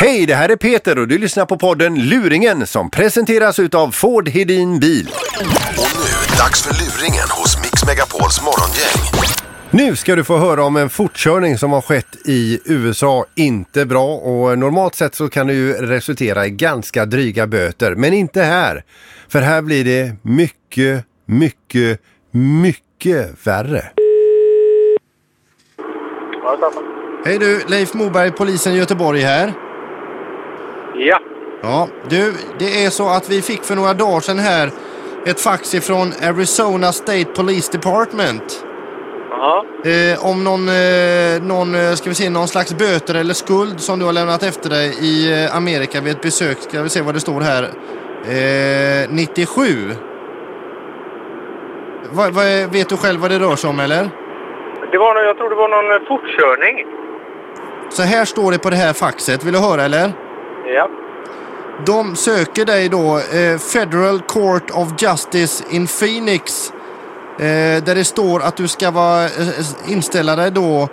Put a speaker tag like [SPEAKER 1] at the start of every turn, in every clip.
[SPEAKER 1] Hej, det här är Peter och du lyssnar på podden Luringen som presenteras utav Ford Hedin Bil.
[SPEAKER 2] Och nu, dags för luringen hos Mix Megapols morgongäng.
[SPEAKER 1] Nu ska du få höra om en fortkörning som har skett i USA. Inte bra och normalt sett så kan det ju resultera i ganska dryga böter. Men inte här. För här blir det mycket, mycket, mycket värre.
[SPEAKER 3] Hej du, Leif Moberg, polisen i Göteborg här.
[SPEAKER 4] Ja,
[SPEAKER 3] Ja, du, det är så att vi fick för några dagar sedan här ett fax ifrån Arizona State Police Department.
[SPEAKER 4] jaha.
[SPEAKER 3] Eh, om någon, eh, någon, eh, ska vi se, någon slags böter eller skuld som du har lämnat efter dig i eh, Amerika vid ett besök. Ska vi se vad det står här. Eh, 97. Vad- vad är- vet du själv vad det rör sig om eller?
[SPEAKER 4] Det var, nå- jag tror det var någon eh, fortkörning.
[SPEAKER 3] Så här står det på det här faxet. Vill du höra eller?
[SPEAKER 4] Ja.
[SPEAKER 3] De söker dig då, eh, Federal Court of Justice in Phoenix. Eh, där det står att du ska vara, eh, inställa dig då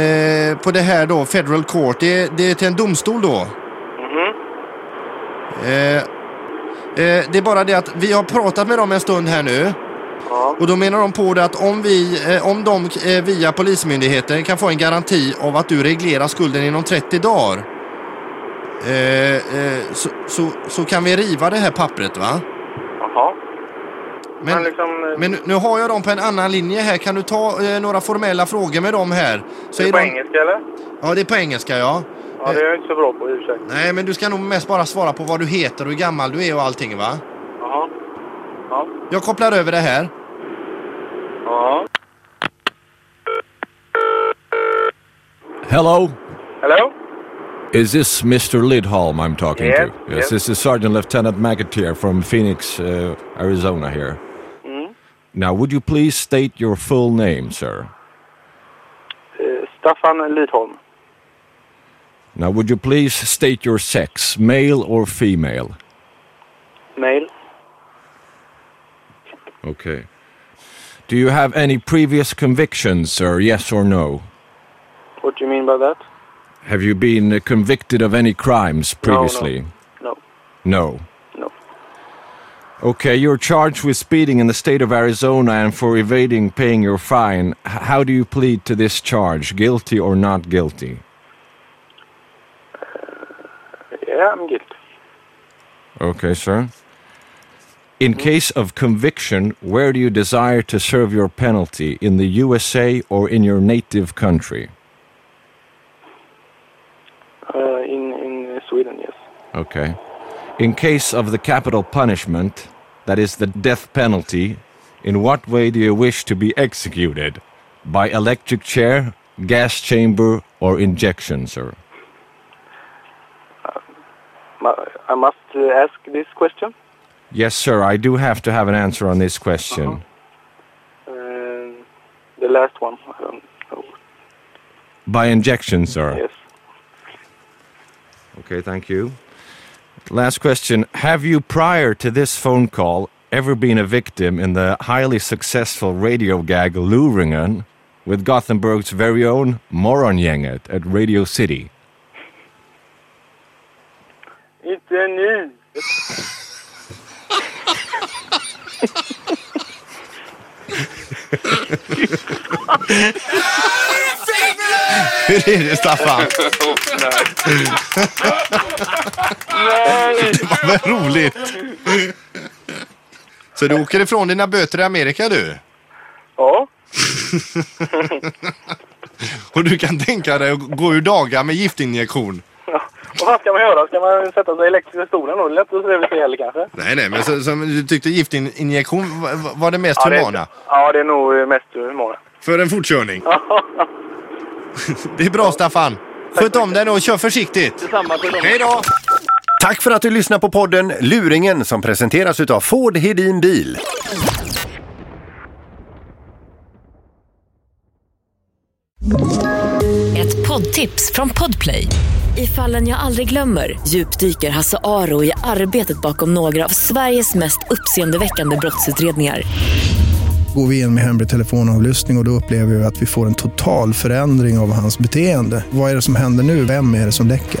[SPEAKER 3] eh, på det här då, Federal Court. Det, det är till en domstol då. Eh, eh, det är bara det att vi har pratat med dem en stund här nu.
[SPEAKER 4] Ja.
[SPEAKER 3] Och då menar de på det att om, vi, eh, om de eh, via Polismyndigheten kan få en garanti av att du reglerar skulden inom 30 dagar. Eh, eh, så, så, så kan vi riva det här pappret va?
[SPEAKER 4] Jaha. Men,
[SPEAKER 3] Men,
[SPEAKER 4] liksom... eh,
[SPEAKER 3] men nu- nu har jag dem på en annan linje här. Kan du ta eh, några formella frågor med dem här? Så
[SPEAKER 4] är det
[SPEAKER 3] är
[SPEAKER 4] på
[SPEAKER 3] de-
[SPEAKER 4] engelska eller?
[SPEAKER 3] Ja, det är på engelska ja.
[SPEAKER 4] Ja, det är jag inte så bra på i och för sig.
[SPEAKER 3] Nej, men du ska nog mest bara svara på vad du heter och hur gammal du är och allting va?
[SPEAKER 4] Jaha. Ja.
[SPEAKER 3] Jag kopplar över det här.
[SPEAKER 4] Ja.
[SPEAKER 5] Hello,
[SPEAKER 4] Hello?
[SPEAKER 5] is this Mr. Lidholm I'm talking
[SPEAKER 4] Yes,
[SPEAKER 5] to? Yes,
[SPEAKER 4] yes.
[SPEAKER 5] this is Sergeant Lieutenant McAteer from Phoenix, uh, Arizona here. Now, would you please state your full name, sir?
[SPEAKER 4] Eh, Staffan Lidholm.
[SPEAKER 5] Now, would you please state your sex, male or female?
[SPEAKER 4] Mail.
[SPEAKER 5] Okay. Do you have any previous convictions, sir? Yes or no?
[SPEAKER 4] What do you mean by that?
[SPEAKER 5] Have you been uh, convicted of any crimes previously?
[SPEAKER 4] No.
[SPEAKER 5] No.
[SPEAKER 4] No.
[SPEAKER 5] Okay, you're charged with speeding in the state of Arizona and for evading paying your fine. H- How do you plead to this charge? Guilty or not guilty?
[SPEAKER 4] Yeah, I'm guilty.
[SPEAKER 5] Okay, sir. In case of conviction, where do you desire to serve your penalty? In the USA or in your native country?
[SPEAKER 4] Uh, in, in Sweden, yes.
[SPEAKER 5] Okay. In case of the capital punishment, that is the death penalty, in what way do you wish to be executed? By electric chair, gas chamber, or injection, sir?
[SPEAKER 4] Ma- I must uh, ask this question.
[SPEAKER 5] Yes, sir, I do have to have an answer on this question.
[SPEAKER 4] Uh, the last one. I don't know.
[SPEAKER 5] By injection, sir.
[SPEAKER 4] Yes.
[SPEAKER 5] Okay, thank you. Last question. Have you, prior to this phone call, ever been a victim in the highly successful radio gag Luringen with Gothenburg's very own Morgongänget at Radio City?
[SPEAKER 4] Inte nu.
[SPEAKER 3] Hur är det Staffan?
[SPEAKER 4] Nej!
[SPEAKER 3] Vad roligt! Så du åker ifrån dina böter i Amerika du?
[SPEAKER 4] Ja.
[SPEAKER 3] Och du kan tänka dig att gå ur dagar med giftinjektion?
[SPEAKER 4] Och vad ska man göra? Ska man sätta sig i elektriska stolen då? Det är lätt att trevligt ihjäl kanske.
[SPEAKER 3] Nej, nej, men så, som du tyckte giftinjektion var- var- var det mest humana
[SPEAKER 4] ja, det är nog eh, mest humana.
[SPEAKER 3] för en fortkörning. det är bra Staffan. Sköt om dig nu och kör försiktigt.
[SPEAKER 4] Samma till dem.
[SPEAKER 3] Hej då!
[SPEAKER 1] Tack för att du lyssnar på podden Luringen som presenteras utav Ford Hedin Bil.
[SPEAKER 6] Ett poddtips från Podplay. I fallen jag aldrig glömmer djupdyker Hasse Aro i arbetet bakom några av Sveriges mest uppseendeväckande brottsutredningar.
[SPEAKER 7] går vi in med hemlig telefonavlyssning och, och då upplever vi att vi får en total förändring av hans beteende. Vad är det som händer nu? Vem är det som läcker?